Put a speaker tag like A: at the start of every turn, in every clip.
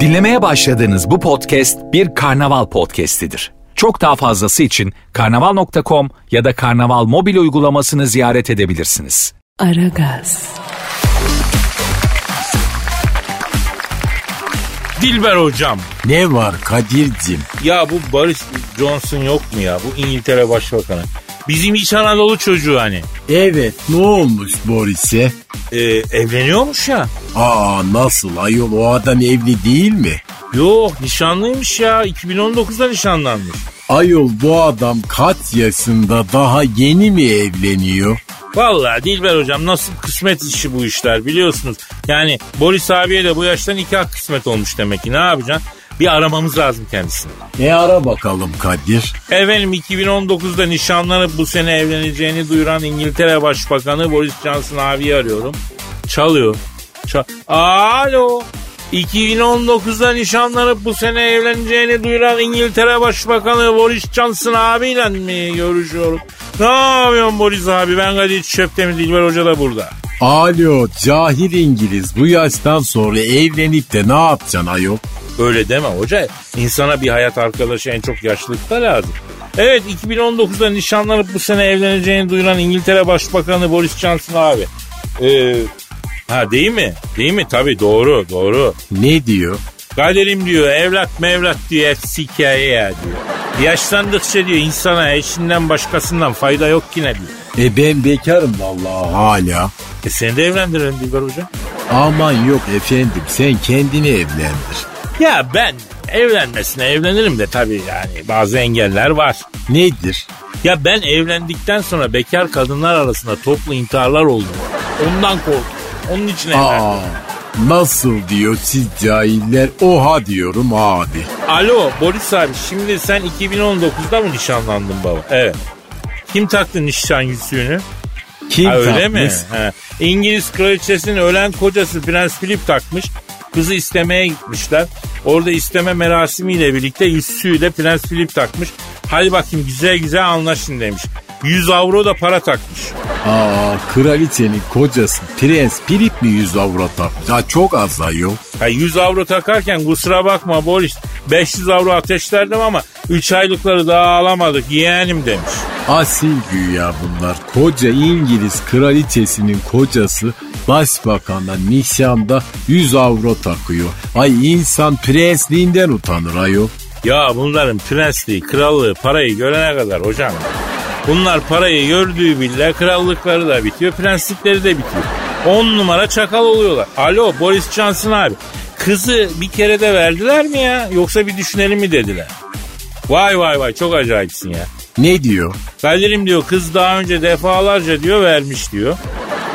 A: Dinlemeye başladığınız bu podcast bir karnaval podcastidir. Çok daha fazlası için karnaval.com ya da karnaval mobil uygulamasını ziyaret edebilirsiniz.
B: Aragaz,
C: Dilber hocam.
D: Ne var Kadir'cim?
C: Ya bu Boris Johnson yok mu ya? Bu İngiltere Başbakanı. Bizim İç Anadolu çocuğu hani.
D: Evet ne olmuş Boris'e?
C: Ee, evleniyormuş ya.
D: Aa nasıl ayol o adam evli değil mi?
C: Yok nişanlıymış ya. 2019'da nişanlanmış.
D: Ayol bu adam kaç yaşında daha yeni mi evleniyor?
C: Vallahi Dilber hocam nasıl kısmet işi bu işler biliyorsunuz. Yani Boris abiye de bu yaştan nikah kısmet olmuş demek ki. Ne yapacaksın? Bir aramamız lazım kendisini.
D: E ara bakalım Kadir.
C: Efendim 2019'da nişanlanıp bu sene evleneceğini duyuran İngiltere Başbakanı Boris Johnson abiyi arıyorum. Çalıyor. Çal- Alo. 2019'da nişanlanıp bu sene evleneceğini duyuran İngiltere Başbakanı Boris Johnson abiyle mi görüşüyorum? Ne yapıyorsun Boris abi? Ben Kadir Çöptemir Dilber Hoca da burada.
D: Alo cahil İngiliz bu yaştan sonra evlenip de ne yapacaksın ayol?
C: Öyle deme hoca. İnsana bir hayat arkadaşı en çok yaşlılıkta lazım. Evet 2019'da nişanlanıp bu sene evleneceğini duyuran İngiltere Başbakanı Boris Johnson abi. Ee, ha değil mi? Değil mi? Tabii doğru doğru.
D: Ne diyor?
C: Kaderim diyor evlat mevlat diyor hepsi hikaye ya diyor. Yaşlandıkça diyor insana eşinden başkasından fayda yok ki ne diyor.
D: E ben bekarım vallahi hala.
C: E seni de evlendirelim Dilber Hoca.
D: Aman yok efendim sen kendini evlendir.
C: Ya ben evlenmesine evlenirim de tabii yani bazı engeller var.
D: Nedir?
C: Ya ben evlendikten sonra bekar kadınlar arasında toplu intiharlar oldu. Ondan korktum. Onun için evlendim.
D: Aa nasıl diyor siz cahiller oha diyorum abi.
C: Alo Boris abi şimdi sen 2019'da mı nişanlandın baba? Evet. Kim taktı nişan yüzüğünü?
D: Kim
C: Ha, öyle mi?
D: takmış?
C: Ha. İngiliz kraliçesinin ölen kocası Prens Philip takmış. Kızı istemeye gitmişler. Orada isteme merasimiyle birlikte yüzüğüyle Prens Philip takmış. Hadi bakayım güzel güzel anlaşın demiş. 100 avro da para takmış.
D: Aa kraliçenin kocası Prens Philip mi yüz avro takmış? Ya çok az ayol.
C: Ya 100 avro takarken kusura bakma Boris 500 avro ateşlerdim ama 3 aylıkları daha alamadık yeğenim demiş.
D: Asil güya bunlar. Koca İngiliz kraliçesinin kocası başbakanla nişanda 100 avro takıyor. Ay insan prensliğinden utanır ayol.
C: Ya bunların prensliği, krallığı parayı görene kadar hocam. Bunlar parayı gördüğü bile krallıkları da bitiyor, prenslikleri de bitiyor. 10 numara çakal oluyorlar. Alo Boris Johnson abi. Kızı bir kere de verdiler mi ya? Yoksa bir düşünelim mi dediler? Vay vay vay çok acayipsin ya.
D: Ne diyor?
C: Kadir'im diyor kız daha önce defalarca diyor vermiş diyor.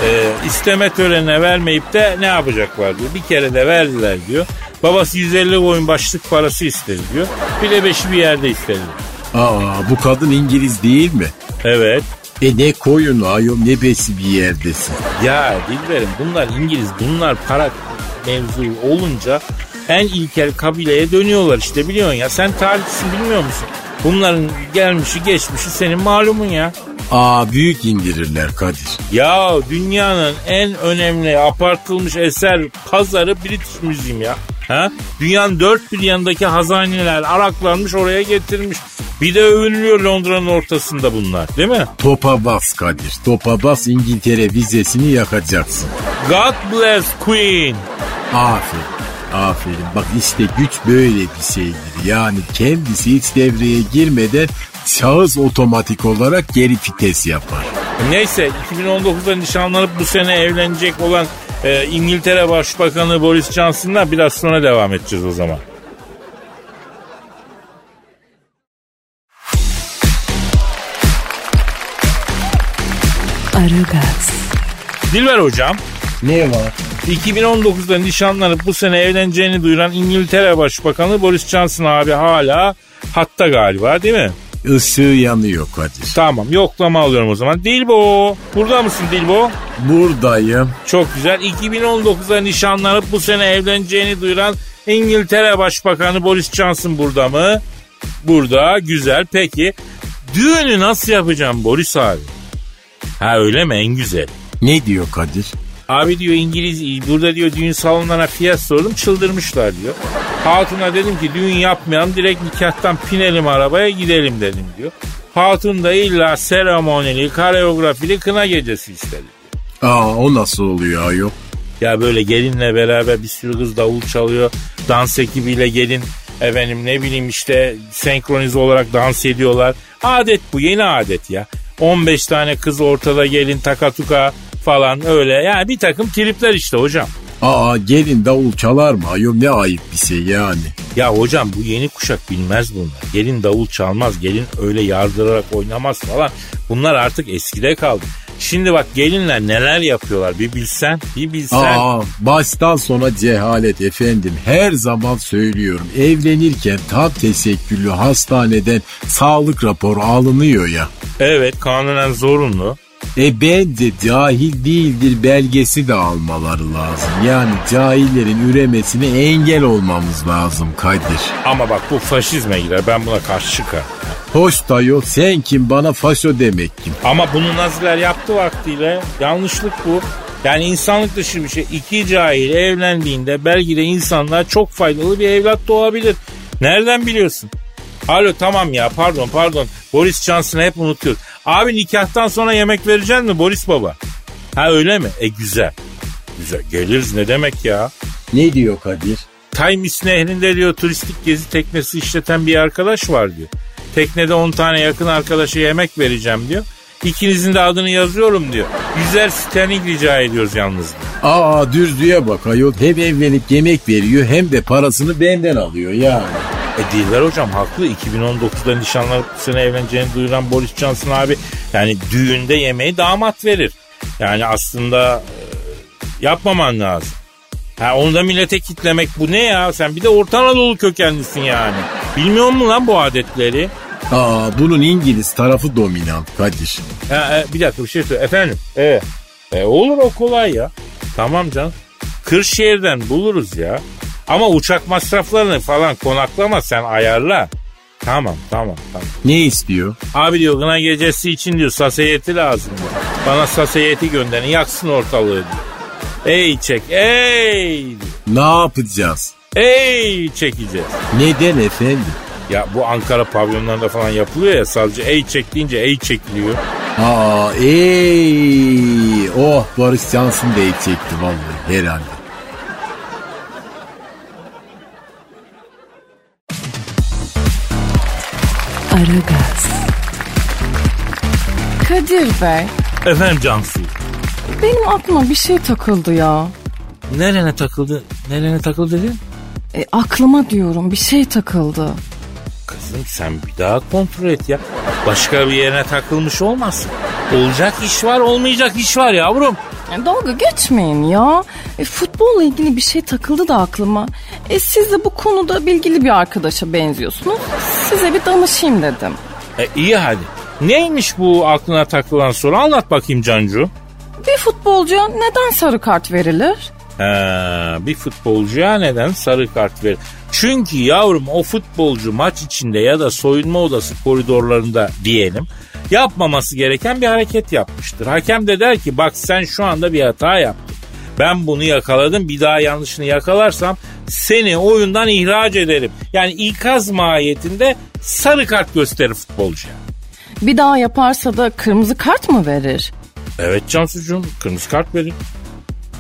C: Ee, isteme törenine vermeyip de ne yapacaklar diyor. Bir kere de verdiler diyor. Babası 150 koyun başlık parası istedi diyor. Bir de beşi bir yerde istedi.
D: Aa bu kadın İngiliz değil mi?
C: Evet.
D: E ne koyun ayol ne besi bir yerdesin.
C: Ya Dilber'im bunlar İngiliz bunlar para mevzu olunca en ilkel kabileye dönüyorlar işte biliyorsun ya. Sen tarihçisin bilmiyor musun? Bunların gelmişi geçmişi senin malumun ya.
D: Aa büyük indirirler Kadir.
C: Ya dünyanın en önemli abartılmış eser pazarı British Museum ya. Ha? Dünyanın dört bir yanındaki hazaneler araklanmış oraya getirmiş. Bir de övünülüyor Londra'nın ortasında bunlar değil mi?
D: Topa bas Kadir. Topa bas İngiltere vizesini yakacaksın.
C: God bless Queen.
D: Aferin. Aferin. Bak işte güç böyle bir şeydir. Yani kendisi hiç devreye girmeden şahıs otomatik olarak geri vites yapar.
C: Neyse 2019'da nişanlanıp bu sene evlenecek olan e, İngiltere Başbakanı Boris Johnson'la biraz sonra devam edeceğiz o zaman.
B: Aragaz,
C: Dilber hocam
D: Ne var?
C: 2019'da nişanlanıp bu sene evleneceğini duyuran İngiltere Başbakanı Boris Johnson abi hala hatta galiba değil mi?
D: Işığı yanıyor Kadir.
C: Tamam yoklama alıyorum o zaman. Dilbo burada mısın Dilbo?
D: Buradayım.
C: Çok güzel. 2019'da nişanlanıp bu sene evleneceğini duyuran İngiltere Başbakanı Boris Johnson burada mı? Burada. Güzel. Peki düğünü nasıl yapacağım Boris abi? Ha öyle mi? En güzel.
D: Ne diyor Kadir?
C: Abi diyor İngiliz burada diyor düğün salonlarına fiyat sordum çıldırmışlar diyor. Hatuna dedim ki düğün yapmayalım direkt nikahtan pinelim arabaya gidelim dedim diyor. Hatun da illa seremonili, kareografili kına gecesi istedi.
D: Aa o nasıl oluyor ayol?
C: Ya böyle gelinle beraber bir sürü kız davul çalıyor. Dans ekibiyle gelin efendim ne bileyim işte senkronize olarak dans ediyorlar. Adet bu yeni adet ya. 15 tane kız ortada gelin takatuka falan öyle. Yani bir takım tripler işte hocam.
D: Aa gelin davul çalar mı ayol ne ayıp bir şey yani.
C: Ya hocam bu yeni kuşak bilmez bunlar. Gelin davul çalmaz, gelin öyle yardırarak oynamaz falan. Bunlar artık eskide kaldı. Şimdi bak gelinler neler yapıyorlar bir bilsen, bir bilsen.
D: Aa baştan sona cehalet efendim her zaman söylüyorum evlenirken tam tesekküllü hastaneden sağlık raporu alınıyor ya.
C: Evet kanunen zorunlu.
D: E bence cahil değildir belgesi de almaları lazım. Yani cahillerin üremesine engel olmamız lazım Kadir.
C: Ama bak bu faşizme girer. Ben buna karşı çıkarım.
D: Hoş dayı sen kim bana faşo demek kim?
C: Ama bunu Naziler yaptı vaktiyle. Yanlışlık bu. Yani insanlık dışı bir şey. İki cahil evlendiğinde belki de insanlar çok faydalı bir evlat doğabilir. Nereden biliyorsun? Alo tamam ya pardon pardon. Boris Johnson'ı hep unutuyoruz. Abi nikahtan sonra yemek vereceksin mi Boris baba? Ha öyle mi? E güzel. Güzel geliriz ne demek ya?
D: Ne diyor Kadir?
C: Taymis nehrinde diyor turistik gezi teknesi işleten bir arkadaş var diyor. Teknede 10 tane yakın arkadaşa yemek vereceğim diyor. İkinizin de adını yazıyorum diyor. Yüzer sterling rica ediyoruz yalnız diyor.
D: Aa dürzlüğe bak ayol hem evlenip yemek veriyor hem de parasını benden alıyor yani.
C: E değiller hocam haklı. 2019'da nişanlanıp bu sene evleneceğini duyuran Boris Johnson abi yani düğünde yemeği damat verir. Yani aslında e, yapmaman lazım. Ha onu da millete kitlemek bu ne ya? Sen bir de Orta Anadolu kökenlisin yani. Bilmiyor musun lan bu adetleri?
D: Aa bunun İngiliz tarafı dominant Kadir.
C: Ha, e, bir dakika bir şey söyle. Efendim? E, e, olur o kolay ya. Tamam canım. Kırşehir'den buluruz ya. Ama uçak masraflarını falan konaklama sen ayarla. Tamam tamam tamam.
D: Ne istiyor?
C: Abi diyor gına gecesi için diyor saseyeti lazım diyor. Bana saseyeti gönderin yaksın ortalığı diyor. Ey çek ey diyor.
D: Ne yapacağız?
C: ey çekeceğiz.
D: Neden efendim?
C: Ya bu Ankara pavyonlarında falan yapılıyor ya sadece ey çek deyince ey çekiliyor.
D: Aa ey oh Barış Johnson da çekti vallahi herhalde.
B: Aragaz,
E: Kadir Bey,
C: Efendim Cansu.
E: benim aklıma bir şey takıldı ya.
C: Nerene takıldı? Nerene takıldı dedin?
E: E, aklıma diyorum bir şey takıldı.
C: Kızım sen bir daha kontrol et ya. Başka bir yerine takılmış olmasın. Olacak iş var olmayacak iş var yavrum.
E: E, dalga geçmeyin ya. E, futbolla ilgili bir şey takıldı da aklıma. E, siz de bu konuda bilgili bir arkadaşa benziyorsunuz. Size bir danışayım dedim.
C: E iyi hadi. Neymiş bu aklına takılan soru anlat bakayım Cancu.
E: Bir futbolcuya neden sarı kart verilir?
C: Ha, bir futbolcuya neden sarı kart ver? Çünkü yavrum o futbolcu maç içinde ya da soyunma odası koridorlarında diyelim yapmaması gereken bir hareket yapmıştır. Hakem de der ki bak sen şu anda bir hata yaptın. Ben bunu yakaladım bir daha yanlışını yakalarsam seni oyundan ihraç ederim. Yani ikaz mahiyetinde sarı kart gösterir futbolcuya.
E: Bir daha yaparsa da kırmızı kart mı verir?
C: Evet Cansucuğum kırmızı kart verin.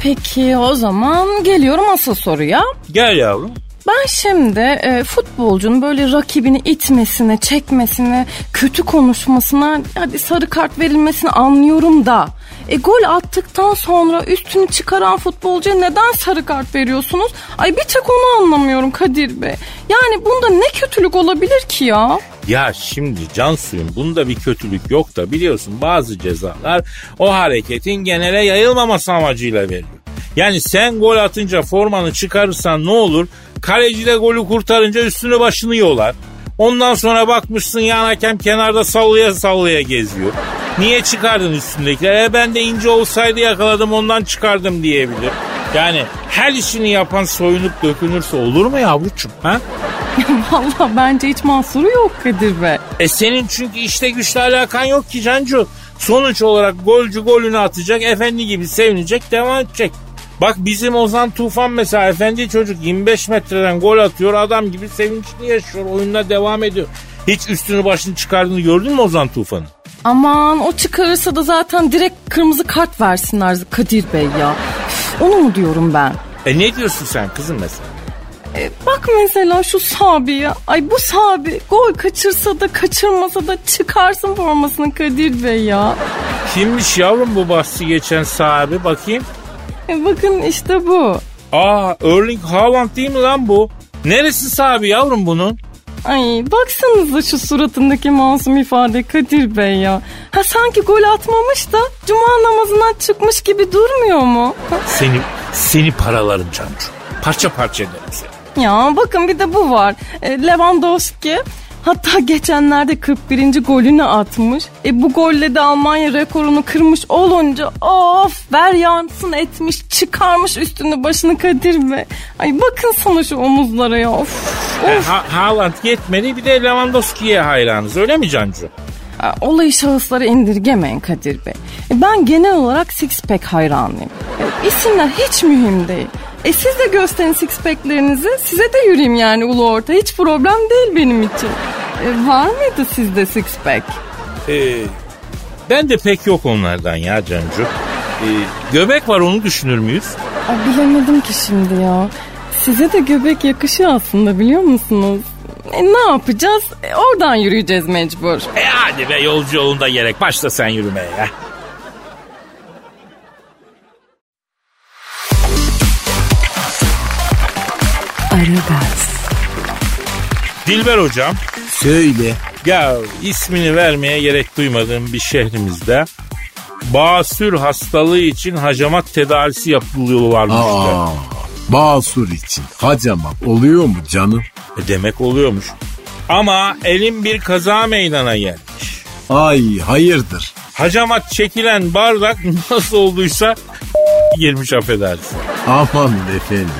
E: Peki o zaman geliyorum asıl soruya.
C: Gel yavrum.
E: Ben şimdi e, futbolcunun böyle rakibini itmesine, çekmesine, kötü konuşmasına, hadi sarı kart verilmesini anlıyorum da. E gol attıktan sonra üstünü çıkaran futbolcuya neden sarı kart veriyorsunuz? Ay bir tek onu anlamıyorum Kadir Bey. Yani bunda ne kötülük olabilir ki ya?
C: Ya şimdi Cansu'yum bunda bir kötülük yok da biliyorsun bazı cezalar o hareketin genele yayılmaması amacıyla veriliyor. Yani sen gol atınca formanı çıkarırsan ne olur? Kaleci de golü kurtarınca üstünü başını yolar. Ondan sonra bakmışsın yan hakem kenarda sallaya sallaya geziyor. Niye çıkardın üstündekiler? E ben de ince olsaydı yakaladım ondan çıkardım diyebilir. Yani her işini yapan soyunup dökünürse olur mu yavrucuğum? Ha?
E: Vallahi bence hiç mahsuru yok Kadir Bey.
C: E senin çünkü işte güçle alakan yok ki Cancu. Sonuç olarak golcü golünü atacak, efendi gibi sevinecek, devam edecek. Bak bizim Ozan Tufan mesela efendi çocuk 25 metreden gol atıyor adam gibi sevinçli yaşıyor oyununa devam ediyor. Hiç üstünü başını çıkardığını gördün mü Ozan Tufan'ın?
E: Aman o çıkarırsa da zaten direkt kırmızı kart versinler Kadir Bey ya. Üf, Onu mu diyorum ben?
C: E ne diyorsun sen kızım mesela?
E: E, bak mesela şu Sabi ya. Ay bu Sabi gol kaçırsa da kaçırmasa da çıkarsın formasını Kadir Bey ya.
C: Kimmiş yavrum bu bahsi geçen sahibi bakayım.
E: E, bakın işte bu.
C: Aa Erling Haaland değil mi lan bu? Neresi sahibi yavrum bunun?
E: Ay baksanıza şu suratındaki masum ifade Kadir Bey ya. Ha sanki gol atmamış da cuma namazından çıkmış gibi durmuyor mu?
C: Seni, seni paralarım Cancu. Parça parça ederim seni.
E: Ya bakın bir de bu var. E, Lewandowski hatta geçenlerde 41. golünü atmış. E bu golle de Almanya rekorunu kırmış olunca of ver yansın etmiş çıkarmış üstünü başını Kadir Bey. Ay bakın sana şu omuzlara ya of.
C: E, Ha- Haaland yetmedi bir de Lewandowski'ye hayranız öyle mi Cancu?
E: E, Olayı şahıslara indirgemeyin Kadir Bey. E, Ben genel olarak six pack hayranıyım. E, İsimler hiç mühim değil. E siz de gösterin six packlerinizi. Size de yürüyeyim yani ulu orta. Hiç problem değil benim için. E, var mıydı sizde six pack?
C: Ee, ben de pek yok onlardan ya Cancu. Ee, göbek var onu düşünür müyüz?
E: Ay, bilemedim ki şimdi ya. Size de göbek yakışıyor aslında biliyor musunuz? E, ne yapacağız? E, oradan yürüyeceğiz mecbur.
C: E hadi be yolcu yolunda gerek başla sen yürümeye ya.
F: Aragaz,
C: Dilber hocam
D: Söyle.
C: ya ismini vermeye gerek duymadığım bir şehrimizde basür hastalığı için hacamat tedavisi yapılıyor varmış. da.
D: Aa, Basur için hacamat oluyor mu canım?
C: E demek oluyormuş. Ama elin bir kaza meydana gelmiş.
D: Ay hayırdır.
C: Hacamat çekilen bardak nasıl olduysa girmiş affedersin.
D: Aman efendim.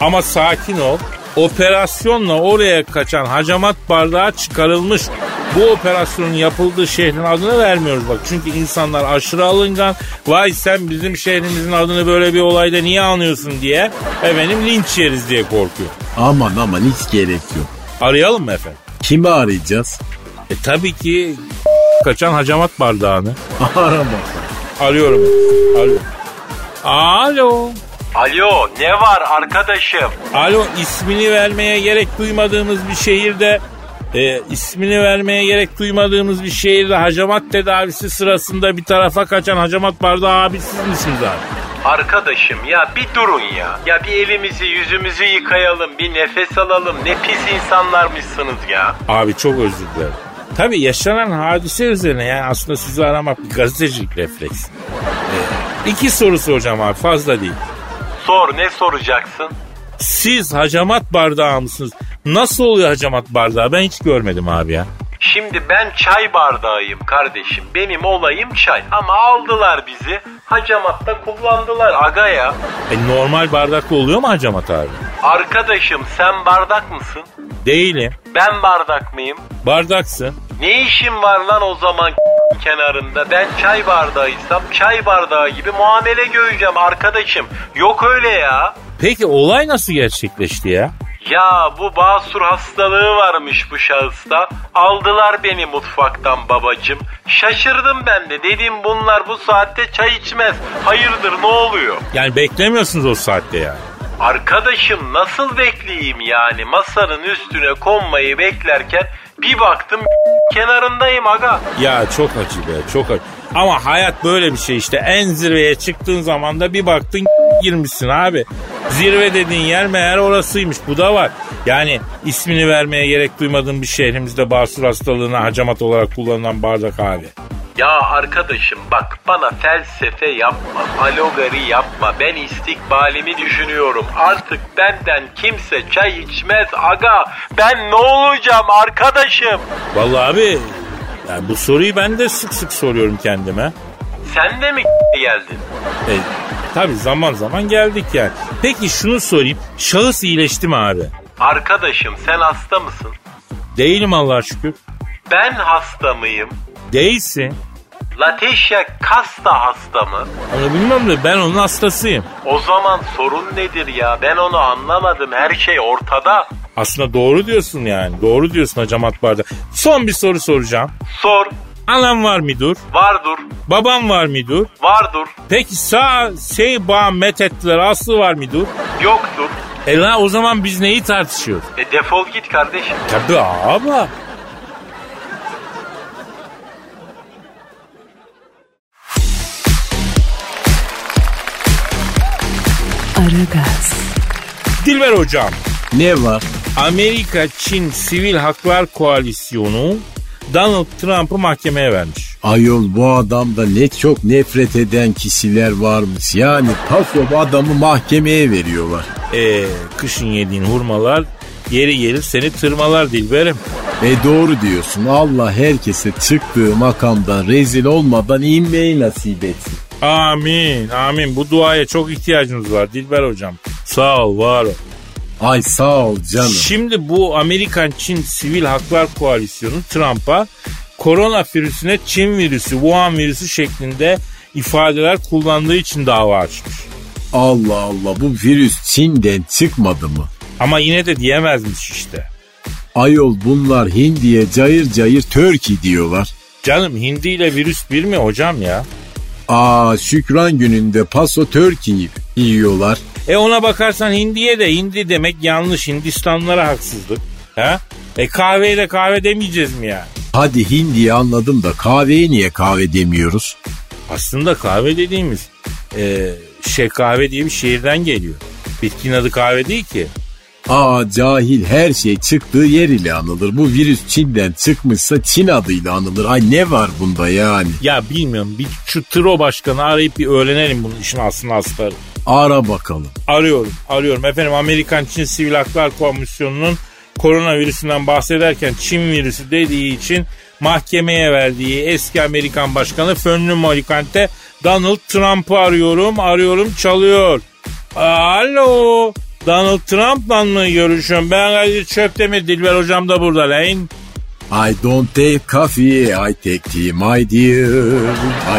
C: Ama sakin ol. Operasyonla oraya kaçan hacamat bardağı çıkarılmış. Bu operasyonun yapıldığı şehrin adını vermiyoruz bak. Çünkü insanlar aşırı alıngan. Vay sen bizim şehrimizin adını böyle bir olayda niye anlıyorsun diye. Efendim linç yeriz diye korkuyor.
D: Aman aman hiç gerek yok.
C: Arayalım mı efendim?
D: Kimi arayacağız?
C: E tabii ki kaçan hacamat bardağını.
D: Ara bakalım.
C: Arıyorum. Alo. Alo.
G: Alo ne var arkadaşım?
C: Alo ismini vermeye gerek duymadığımız bir şehirde e, ismini vermeye gerek duymadığımız bir şehirde hacamat tedavisi sırasında bir tarafa kaçan hacamat bardağı abi siz misiniz abi?
G: Arkadaşım ya bir durun ya. Ya bir elimizi yüzümüzü yıkayalım bir nefes alalım. Ne pis insanlarmışsınız ya.
C: Abi çok özür dilerim. Tabii yaşanan hadise üzerine yani aslında sizi aramak bir gazetecilik refleksi. E, iki soru soracağım abi fazla değil.
G: Sor ne soracaksın?
C: Siz hacamat bardağı mısınız? Nasıl oluyor hacamat bardağı? Ben hiç görmedim abi ya.
G: Şimdi ben çay bardağıyım kardeşim. Benim olayım çay. Ama aldılar bizi. Hacamatta kullandılar aga ya.
C: E, normal bardakta oluyor mu hacamat abi?
G: Arkadaşım sen bardak mısın?
C: Değilim.
G: Ben bardak mıyım?
C: Bardaksın.
G: Ne işin var lan o zaman kenarında? Ben çay bardağıysam çay bardağı gibi muamele göreceğim arkadaşım. Yok öyle ya.
C: Peki olay nasıl gerçekleşti ya?
G: Ya bu basur hastalığı varmış bu şahısta. Aldılar beni mutfaktan babacım. Şaşırdım ben de. Dedim bunlar bu saatte çay içmez. Hayırdır ne oluyor?
C: Yani beklemiyorsunuz o saatte yani.
G: Arkadaşım nasıl bekleyeyim yani? Masanın üstüne konmayı beklerken bir baktım kenarındayım aga.
C: Ya çok acı be çok acı. Ama hayat böyle bir şey işte. En zirveye çıktığın zaman da bir baktın girmişsin abi. Zirve dediğin yer meğer orasıymış. Bu da var. Yani ismini vermeye gerek duymadığım bir şehrimizde basur hastalığına hacamat olarak kullanılan bardak abi.
G: Ya arkadaşım bak bana felsefe yapma, alogari yapma. Ben istikbalimi düşünüyorum. Artık benden kimse çay içmez aga. Ben ne olacağım arkadaşım?
C: Vallahi abi yani bu soruyu ben de sık sık soruyorum kendime.
G: Sen de mi geldin?
C: E, tabii zaman zaman geldik yani. Peki şunu sorayım. Şahıs iyileşti mi abi?
G: Arkadaşım sen hasta mısın?
C: Değilim Allah'a şükür.
G: Ben hasta mıyım?
C: Değilsin.
H: Latisha Kasta hasta mı?
C: Onu bilmem de ben onun hastasıyım.
H: O zaman sorun nedir ya? Ben onu anlamadım. Her şey ortada.
C: Aslında doğru diyorsun yani. Doğru diyorsun hocam Akbar'da. Son bir soru soracağım.
H: Sor.
C: Anam var mıdır?
H: Vardur.
C: Babam var mıdır?
H: Vardur.
C: Peki sağ şey bağ met ettiler aslı var mıdır?
H: Yoktur.
C: E la o zaman biz neyi tartışıyoruz?
H: E defol git kardeşim.
C: Tabii abi.
B: Aragaz,
C: Dilber hocam.
D: Ne var?
C: Amerika Çin Sivil Haklar Koalisyonu Donald Trump'ı mahkemeye vermiş.
D: Ayol bu adamda ne çok nefret eden kişiler varmış. Yani Pafov adamı mahkemeye veriyorlar.
C: Ee, kışın yediğin hurmalar yeri gelir seni tırmalar Dilberim.
D: E doğru diyorsun. Allah herkese çıktığı makamdan rezil olmadan inmeyi nasip etsin.
C: Amin amin bu duaya çok ihtiyacımız var Dilber hocam. Sağ ol var ol.
D: Ay sağ ol canım.
C: Şimdi bu Amerikan-Çin Sivil Haklar Koalisyonu Trump'a korona virüsüne Çin virüsü, Wuhan virüsü şeklinde ifadeler kullandığı için dava açmış.
D: Allah Allah bu virüs Çin'den çıkmadı mı?
C: Ama yine de diyemezmiş işte.
D: Ayol bunlar Hindi'ye cayır cayır Turkey diyorlar.
C: Canım hindi ile virüs bir mi hocam ya?
D: Aa şükran gününde paso Turkey'i yiyorlar.
C: E ona bakarsan hindiye de hindi demek yanlış. Hindistanlara haksızlık. Ha? E kahveye de kahve demeyeceğiz mi yani?
D: Hadi Hindi'yi anladım da kahveye niye kahve demiyoruz?
C: Aslında kahve dediğimiz e, şey kahve diye bir şehirden geliyor. Bitkinin adı kahve değil ki.
D: Aa cahil her şey çıktığı yer ile anılır. Bu virüs Çin'den çıkmışsa Çin adıyla anılır. Ay ne var bunda yani?
C: Ya bilmiyorum bir şu tro başkanı arayıp bir öğrenelim bunun işin aslını astarı.
D: Ara bakalım.
C: Arıyorum, arıyorum. Efendim Amerikan Çin Sivil Haklar Komisyonu'nun koronavirüsünden bahsederken Çin virüsü dediği için mahkemeye verdiği eski Amerikan Başkanı Fönlü Morikante Donald Trump'ı arıyorum, arıyorum çalıyor. Alo, Donald Trump'la mı görüşüyorum? Ben Kadir Çöptemir, Dilber Hocam da burada lan.
D: I don't take coffee, I take tea, my dear.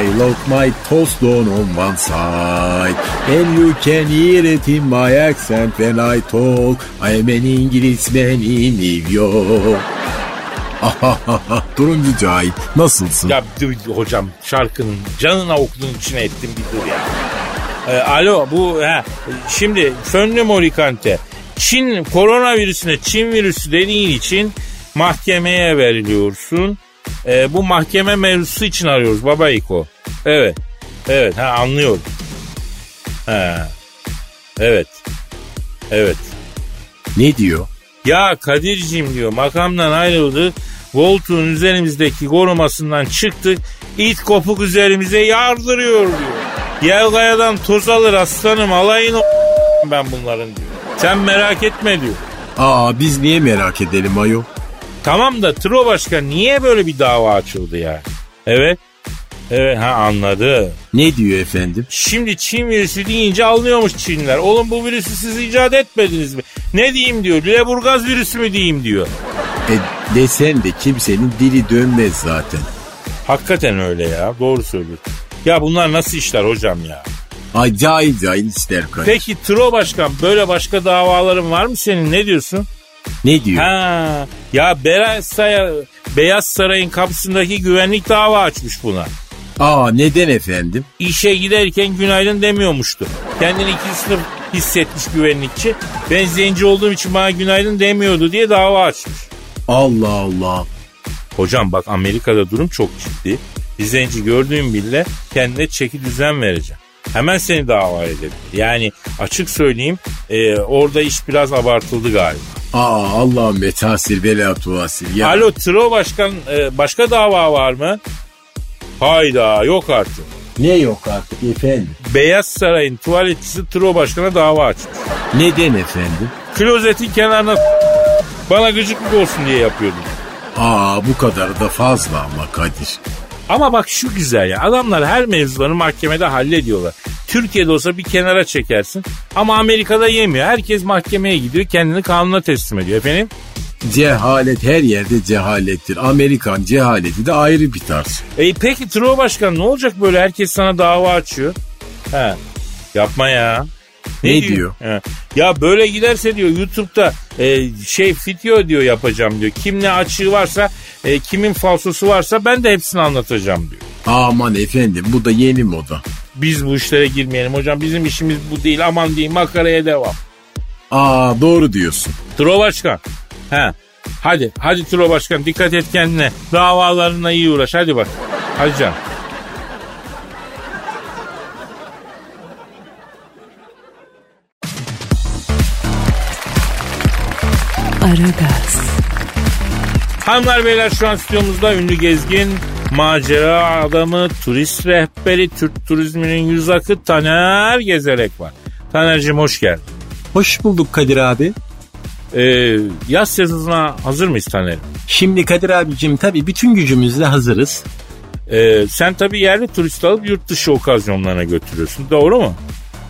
D: I love my toast on one side. And you can hear it in my accent when I talk. I'm an Englishman in New York. Turuncu Cahit, nasılsın?
C: Ya dur hocam şarkının canına okulun içine ettim bir dur ya. Ee, alo bu ha, şimdi Fönlü Morikante Çin koronavirüsüne Çin virüsü dediğin için mahkemeye veriliyorsun. Ee, bu mahkeme mevzusu için arıyoruz Baba İko. Evet. Evet ha anlıyorum. Ha. Evet. Evet.
D: Ne diyor?
C: Ya Kadir'cim diyor makamdan ayrıldı. Voltuğun üzerimizdeki korumasından çıktık. İt kopuk üzerimize yardırıyor diyor. Yelgayadan toz alır aslanım alayını o- ben bunların diyor. Sen merak etme diyor.
D: Aa biz niye merak edelim ayol?
C: Tamam da Tro Başkan niye böyle bir dava açıldı ya? Evet. Evet ha anladı.
D: Ne diyor efendim?
C: Şimdi Çin virüsü deyince anlıyormuş Çinler. Oğlum bu virüsü siz icat etmediniz mi? Ne diyeyim diyor. Lüleburgaz virüsü mü diyeyim diyor.
D: E, desen de kimsenin dili dönmez zaten.
C: Hakikaten öyle ya. Doğru söylüyorsun. Ya bunlar nasıl işler hocam ya?
D: Ay cahil cahil ister kay.
C: Peki Tro Başkan böyle başka davaların var mı senin? Ne diyorsun?
D: Ne diyor?
C: Ha, ya Beyaz, Saray- Beyaz Saray'ın kapısındaki güvenlik dava açmış buna.
D: Aa neden efendim?
C: İşe giderken günaydın demiyormuştu. Kendini ikinci sınıf hissetmiş güvenlikçi. Ben zenci olduğum için bana günaydın demiyordu diye dava açmış.
D: Allah Allah.
C: Hocam bak Amerika'da durum çok ciddi. Bir zenci gördüğüm bile kendine çeki düzen vereceğim. Hemen seni dava edebilir. Yani açık söyleyeyim e, orada iş biraz abartıldı galiba.
D: Aa Allah'ım be tahsil bela tuhasir. Ya.
C: Alo Tro Başkan e, başka dava var mı? Hayda yok artık.
D: Ne yok artık efendim?
C: Beyaz Saray'ın tuvaletçisi Tro Başkan'a dava açmış.
D: Neden efendim?
C: Klozetin kenarına bana gıcıklık olsun diye yapıyordum.
D: Aa bu kadar da fazla ama Kadir.
C: Ama bak şu güzel ya adamlar her mevzularını mahkemede hallediyorlar. Türkiye'de olsa bir kenara çekersin ama Amerika'da yemiyor. Herkes mahkemeye gidiyor kendini kanuna teslim ediyor efendim.
D: Cehalet her yerde cehalettir. Amerikan cehaleti de ayrı bir tarz.
C: E peki Truva Başkan ne olacak böyle herkes sana dava açıyor. He. Yapma ya.
D: Ne
C: He. Ya böyle giderse diyor YouTube'da e, şey video diyor yapacağım diyor. Kim ne açığı varsa, e, kimin falsosu varsa ben de hepsini anlatacağım diyor.
D: Aman efendim bu da yeni moda.
C: Biz bu işlere girmeyelim hocam. Bizim işimiz bu değil. Aman diyeyim makaraya devam.
D: Aa doğru diyorsun.
C: Tro Başkan. He. Hadi, hadi Tro Başkan dikkat et kendine. Davalarına iyi uğraş. Hadi bak. Hadi canım.
B: Aragaz,
C: Hanımlar beyler şu an stüdyomuzda ünlü gezgin, macera adamı, turist rehberi, Türk turizminin yüz akı Taner Gezerek var. Taner'cim hoş geldin.
G: Hoş bulduk Kadir abi.
C: Ee, yaz sezonuna hazır mıyız Taner'im?
G: Şimdi Kadir abicim tabii bütün gücümüzle hazırız.
C: Ee, sen tabii yerli turist alıp yurt dışı okazyonlarına götürüyorsun. Doğru mu?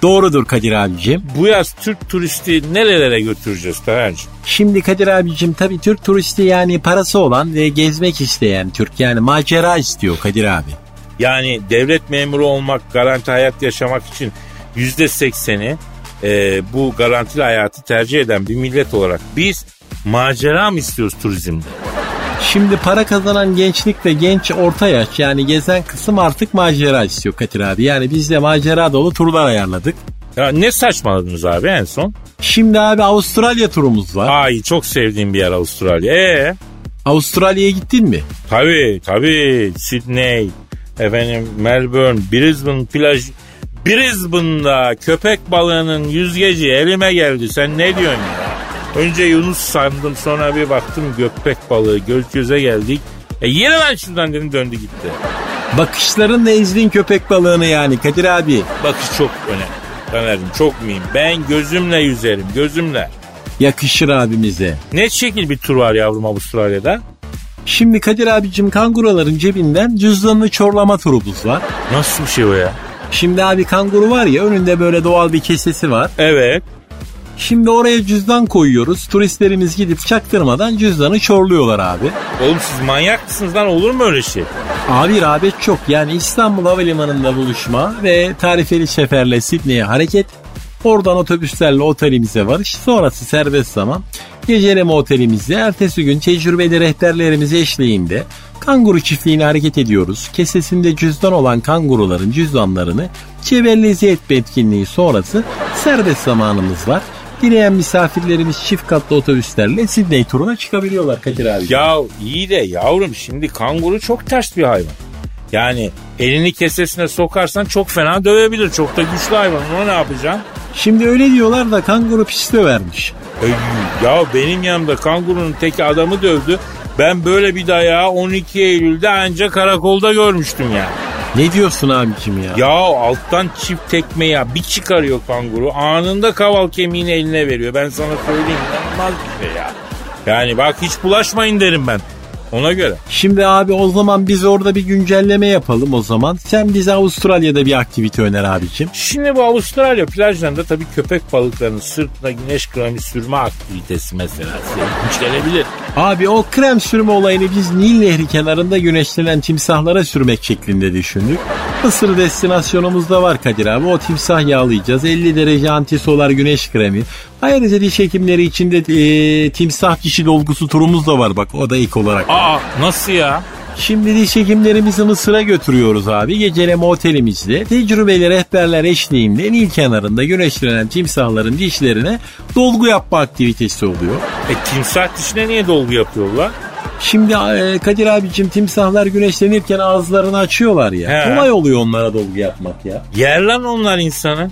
G: Doğrudur Kadir abicim.
C: Bu yaz Türk turisti nerelere götüreceğiz Taner'cim?
G: Şimdi Kadir abicim tabii Türk turisti yani parası olan ve gezmek isteyen Türk yani macera istiyor Kadir abi.
C: Yani devlet memuru olmak, garanti hayat yaşamak için yüzde sekseni e, bu garantili hayatı tercih eden bir millet olarak biz macera mı istiyoruz turizmde?
G: Şimdi para kazanan gençlik ve genç orta yaş yani gezen kısım artık macera istiyor Kadir abi. Yani biz de macera dolu turlar ayarladık.
C: Ya ne saçmaladınız abi en son?
G: Şimdi abi Avustralya turumuz var.
C: Ay çok sevdiğim bir yer Avustralya. Ee,
G: Avustralya'ya gittin mi?
C: tabii tabii Sydney, efendim Melbourne, Brisbane plaj. Brisbane'da köpek balığının yüzgeci elime geldi. Sen ne diyorsun ya? Önce Yunus sandım sonra bir baktım göpek balığı göz göze geldik. E yine lan şuradan dedim döndü gitti.
G: Bakışlarınla izlin köpek balığını yani Kadir abi.
C: Bakış çok önemli. Taner'im çok mühim. Ben gözümle yüzerim gözümle.
G: Yakışır abimize.
C: Ne şekil bir tur var yavrum Avustralya'da?
G: Şimdi Kadir abicim kanguruların cebinden cüzdanını çorlama turumuz var.
C: Nasıl bir şey o ya?
G: Şimdi abi kanguru var ya önünde böyle doğal bir kesesi var.
C: Evet.
G: Şimdi oraya cüzdan koyuyoruz. Turistlerimiz gidip çaktırmadan cüzdanı çorluyorlar abi.
C: Oğlum siz manyak mısınız lan olur mu öyle şey?
G: Abi rağbet çok. Yani İstanbul Havalimanı'nda buluşma ve tarifeli seferle Sydney'e hareket. Oradan otobüslerle otelimize varış. Sonrası serbest zaman. Geceleme otelimizde ertesi gün tecrübeli rehberlerimiz eşliğinde kanguru çiftliğine hareket ediyoruz. Kesesinde cüzdan olan kanguruların cüzdanlarını cebellize etme etkinliği sonrası serbest zamanımız var. Dileyen misafirlerimiz çift katlı otobüslerle Sydney turuna çıkabiliyorlar Kadir abi.
C: Ya iyi de yavrum şimdi kanguru çok ters bir hayvan. Yani elini kesesine sokarsan çok fena dövebilir. Çok da güçlü hayvan. Ona ne yapacaksın?
G: Şimdi öyle diyorlar da kanguru pis vermiş.
C: Ey, ya benim yanımda kangurunun teki adamı dövdü. Ben böyle bir dayağı 12 Eylül'de ancak karakolda görmüştüm ya.
G: Ne diyorsun abicim ya?
C: Ya alttan çift tekme ya bir çıkarıyor kanguru. Anında kaval kemiğini eline veriyor. Ben sana söyleyeyim inanılmaz bir şey ya. Yani bak hiç bulaşmayın derim ben. Ona göre.
G: Şimdi abi o zaman biz orada bir güncelleme yapalım o zaman. Sen bize Avustralya'da bir aktivite öner abicim.
C: Şimdi bu Avustralya plajlarında tabii köpek balıklarının sırtına güneş kremi sürme aktivitesi mesela size ilginç gelebilir.
G: Abi o krem sürme olayını biz Nil Nehri kenarında güneşlenen timsahlara sürmek şeklinde düşündük. Mısır destinasyonumuz da var Kadir abi. O timsah yağlayacağız. 50 derece antisolar güneş kremi. Ayrıca diş hekimleri içinde e, timsah dişi dolgusu turumuz da var bak. O da ek olarak.
C: Aa nasıl ya?
G: Şimdi diş hekimlerimizi Mısır'a götürüyoruz abi. Geceleme otelimizde tecrübeli rehberler eşliğinde Nil kenarında güneşlenen timsahların dişlerine dolgu yapma aktivitesi oluyor.
C: E timsah dişine niye dolgu yapıyorlar?
G: Şimdi e, Kadir abicim timsahlar güneşlenirken ağızlarını açıyorlar ya.
C: He.
G: Kolay oluyor onlara dolgu yapmak ya.
C: Yer lan onlar insanı.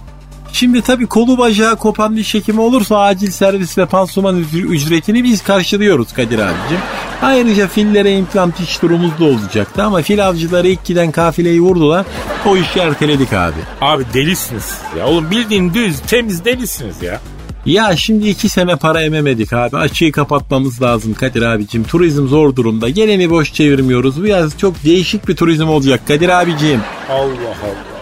G: Şimdi tabii kolu bacağı kopan diş hekimi olursa acil servis ve pansuman ücr- ücretini biz karşılıyoruz Kadir abicim. Ayrıca fillere implant diş durumumuz da olacaktı ama fil avcıları ilk giden kafileyi vurdular. O işi erteledik abi.
C: Abi delisiniz siz ya. Oğlum bildiğin düz temiz delisiniz ya.
G: Ya şimdi iki sene para ememedik abi. Açığı kapatmamız lazım Kadir abicim. Turizm zor durumda. Geleni boş çevirmiyoruz. Bu yaz çok değişik bir turizm olacak Kadir abicim.
C: Allah Allah.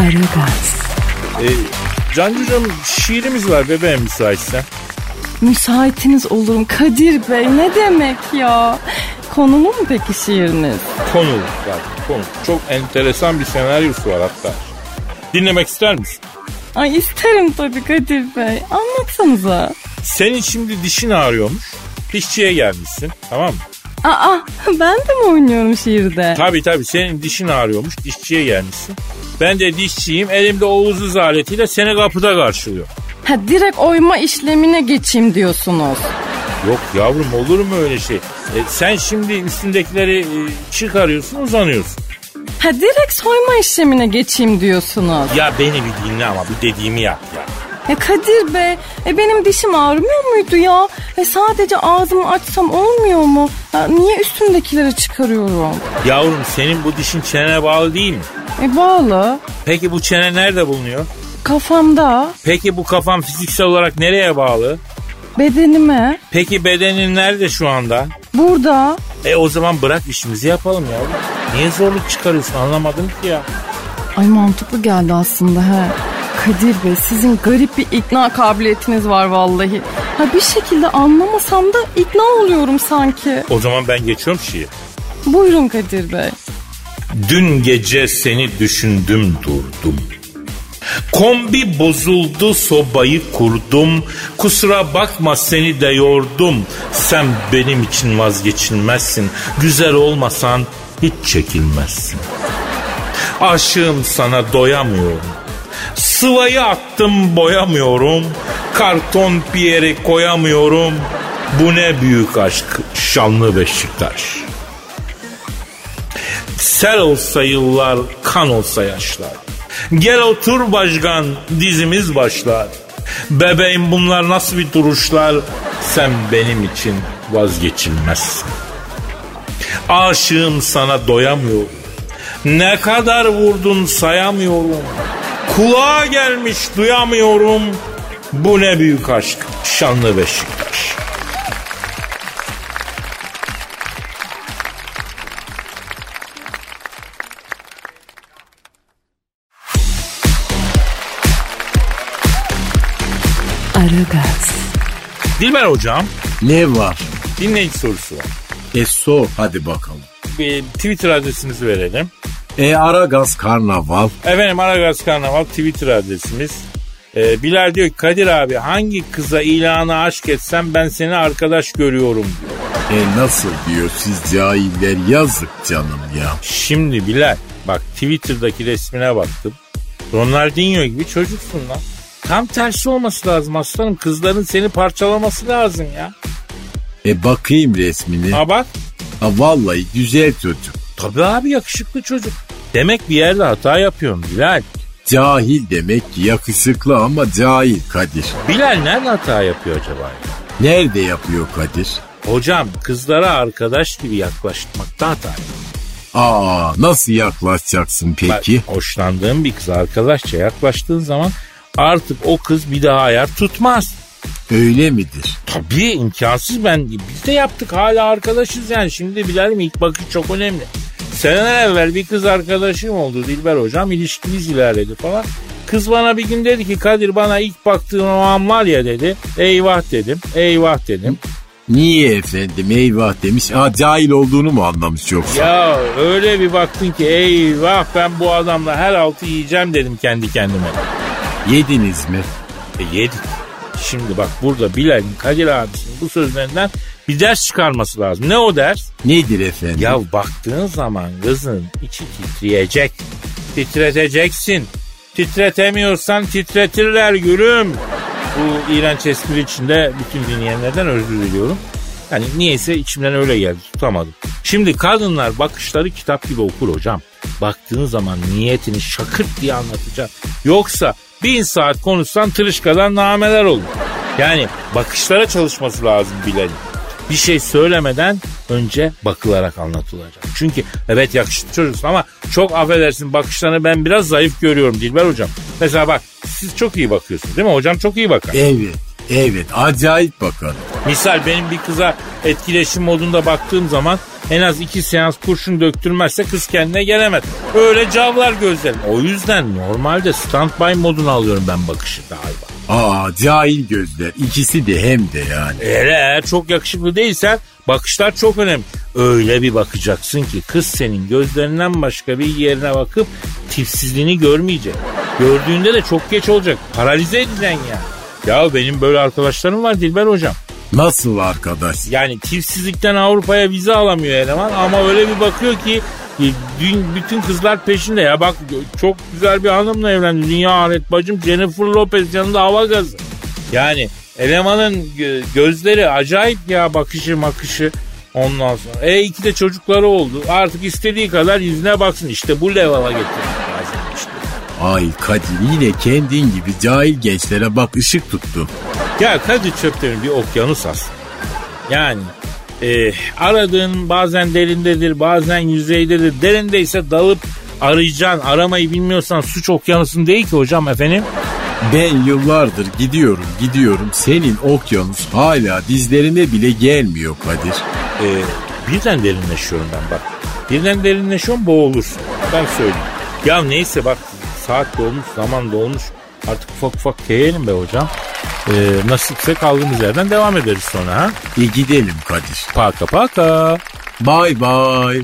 B: Aragaz,
C: E, Cancucuğum şiirimiz var bebeğim müsaitsen.
E: Müsaitiniz olurum Kadir Bey ne demek ya? Konulu mu peki şiiriniz?
C: Konu var konu. Çok enteresan bir senaryosu var hatta. Dinlemek ister misin?
E: Ay isterim tabii Kadir Bey. Anlatsanıza.
C: Senin şimdi dişin ağrıyormuş. Dişçiye gelmişsin tamam mı?
E: Aa ben de mi oynuyorum şiirde?
C: Tabii tabii senin dişin ağrıyormuş. Dişçiye gelmişsin. Ben de dişçiyim. Elimde Oğuz'uz aletiyle seni kapıda karşılıyor.
E: Ha direkt oyma işlemine geçeyim diyorsunuz.
C: Yok yavrum olur mu öyle şey? E, sen şimdi üstündekileri e, çıkarıyorsun uzanıyorsun.
E: Ha direkt soyma işlemine geçeyim diyorsunuz.
C: Ya beni bir dinle ama bir dediğimi yap ya.
E: E Kadir Bey, e benim dişim ağrımıyor muydu ya? E sadece ağzımı açsam olmuyor mu? Ha, niye üstümdekileri çıkarıyorum?
C: Yavrum senin bu dişin çenene bağlı değil mi?
E: E bağlı.
C: Peki bu çene nerede bulunuyor?
E: Kafamda,
C: Peki bu kafam fiziksel olarak nereye bağlı?
E: bedenime,
C: Peki bedenin nerede şu anda?
E: burada.
C: E o zaman bırak işimizi yapalım yavrum. Niye zorluk çıkarıyorsun anlamadım ki ya.
E: Ay mantıklı geldi aslında he. Kadir Bey sizin garip bir ikna kabiliyetiniz var vallahi. Ha bir şekilde anlamasam da ikna oluyorum sanki.
C: O zaman ben geçiyorum şiir.
E: Buyurun Kadir Bey.
C: Dün gece seni düşündüm durdum. Kombi bozuldu sobayı kurdum. Kusura bakma seni de yordum. Sen benim için vazgeçilmezsin. Güzel olmasan hiç çekilmezsin. Aşığım sana doyamıyorum. Sıvayı attım boyamıyorum. Karton bir yere koyamıyorum. Bu ne büyük aşk şanlı Beşiktaş. Sel olsa yıllar, kan olsa yaşlar. Gel otur başkan, dizimiz başlar. Bebeğim bunlar nasıl bir duruşlar? Sen benim için vazgeçilmezsin. Aşığım sana doyamıyorum. Ne kadar vurdun sayamıyorum. Kulağa gelmiş duyamıyorum. Bu ne büyük aşk, şanlı Beşiktaş.
B: Aragaz,
C: Dilber hocam,
D: Ne var?
C: dinleyici sorusu var.
D: E sor hadi bakalım.
C: Bir Twitter adresimizi verelim.
D: E Aragaz Karnaval
C: Efendim Aragaz Karnaval Twitter adresimiz. Ee, Bilal diyor ki Kadir abi hangi kıza ilanı aşk etsem ben seni arkadaş görüyorum. diyor.
D: e nasıl diyor siz cahiller yazık canım ya.
C: Şimdi Bilal bak Twitter'daki resmine baktım. Ronaldinho gibi çocuksun lan. Tam tersi olması lazım aslanım. Kızların seni parçalaması lazım ya.
D: E bakayım resmini.
C: Ha bak.
D: Ha vallahi güzel çocuk.
C: Tabii abi yakışıklı çocuk. Demek bir yerde hata yapıyorum Bilal.
D: Cahil demek ki yakışıklı ama cahil Kadir.
C: Bilal nerede hata yapıyor acaba? ya?
D: Nerede yapıyor Kadir?
C: Hocam kızlara arkadaş gibi yaklaşmakta hata yapıyor.
D: Aa nasıl yaklaşacaksın peki?
C: Bak, hoşlandığın bir kız arkadaşça yaklaştığın zaman artık o kız bir daha ayar tutmaz.
D: Öyle midir?
C: Tabii imkansız ben biz de yaptık hala arkadaşız yani şimdi bilelim ilk bakış çok önemli. Seneler evvel bir kız arkadaşım oldu Dilber hocam ilişkimiz ilerledi falan. Kız bana bir gün dedi ki Kadir bana ilk baktığın o an var ya dedi. Eyvah dedim eyvah dedim.
D: Niye efendim eyvah demiş. Aa cahil olduğunu mu anlamış yoksa?
C: Ya öyle bir baktın ki eyvah ben bu adamla her altı yiyeceğim dedim kendi kendime.
D: Yediniz mi?
C: E yedik. Şimdi bak burada Bilal'in Kadir abisinin bu sözlerinden bir ders çıkarması lazım. Ne o ders?
D: Nedir efendim?
C: Ya baktığın zaman kızın içi titreyecek. Titreteceksin. Titretemiyorsan titretirler gülüm. Bu iğrenç espri içinde bütün dinleyenlerden özür diliyorum. Yani niyeyse içimden öyle geldi tutamadım. Şimdi kadınlar bakışları kitap gibi okur hocam. Baktığın zaman niyetini şakırt diye anlatacak. Yoksa bin saat konuşsan tırışkadan nameler olur. Yani bakışlara çalışması lazım bilelim. Bir şey söylemeden önce bakılarak anlatılacak. Çünkü evet yakışıklı çocuksun ama çok affedersin bakışlarını ben biraz zayıf görüyorum Dilber hocam. Mesela bak siz çok iyi bakıyorsunuz değil mi? Hocam çok iyi bakar.
D: Evet. Evet acayip bakar.
C: Misal benim bir kıza etkileşim modunda baktığım zaman En az iki seans kurşun döktürmezse kız kendine gelemez. Öyle cavlar gözlerim. O yüzden normalde standby modunu alıyorum ben bakışı galiba.
D: Aa cahil gözler ikisi de hem de yani.
C: Eğer, eğer çok yakışıklı değilsen bakışlar çok önemli. Öyle bir bakacaksın ki kız senin gözlerinden başka bir yerine bakıp tipsizliğini görmeyecek. Gördüğünde de çok geç olacak. Paralize edeceksin ya. Ya benim böyle arkadaşlarım var Dilber hocam.
D: Nasıl arkadaş?
C: Yani tipsizlikten Avrupa'ya vize alamıyor eleman ama öyle bir bakıyor ki e, dün bütün kızlar peşinde ya bak çok güzel bir hanımla evlendi dünya alet bacım Jennifer Lopez yanında hava gazı. Yani elemanın gö- gözleri acayip ya bakışı makışı ondan sonra. E iki de çocukları oldu artık istediği kadar yüzüne baksın işte bu level'a getirmek lazım işte.
D: Ay Kadir yine kendin gibi cahil gençlere bak ışık tuttu.
C: Ya Kadir Çöptemir bir okyanus aslında. Yani e, aradığın bazen derindedir, bazen yüzeydedir. Derindeyse dalıp arayacaksın. Aramayı bilmiyorsan suç okyanusun değil ki hocam efendim.
D: Ben yıllardır gidiyorum gidiyorum senin okyanus hala dizlerine bile gelmiyor Kadir.
C: E, birden derinleşiyorum ben bak. Birden derinleşiyorum boğulursun. Ben söyleyeyim. Ya neyse bak saat dolmuş, zaman dolmuş. Artık ufak ufak keyelim be hocam. Ee, nasipse kaldığımız yerden devam ederiz sonra ha.
D: E gidelim Kadir.
C: Paka paka.
D: Bay bay.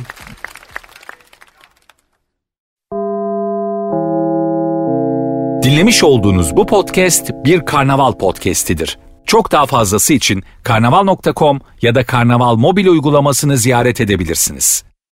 A: Dinlemiş olduğunuz bu podcast bir karnaval podcastidir. Çok daha fazlası için karnaval.com ya da karnaval mobil uygulamasını ziyaret edebilirsiniz.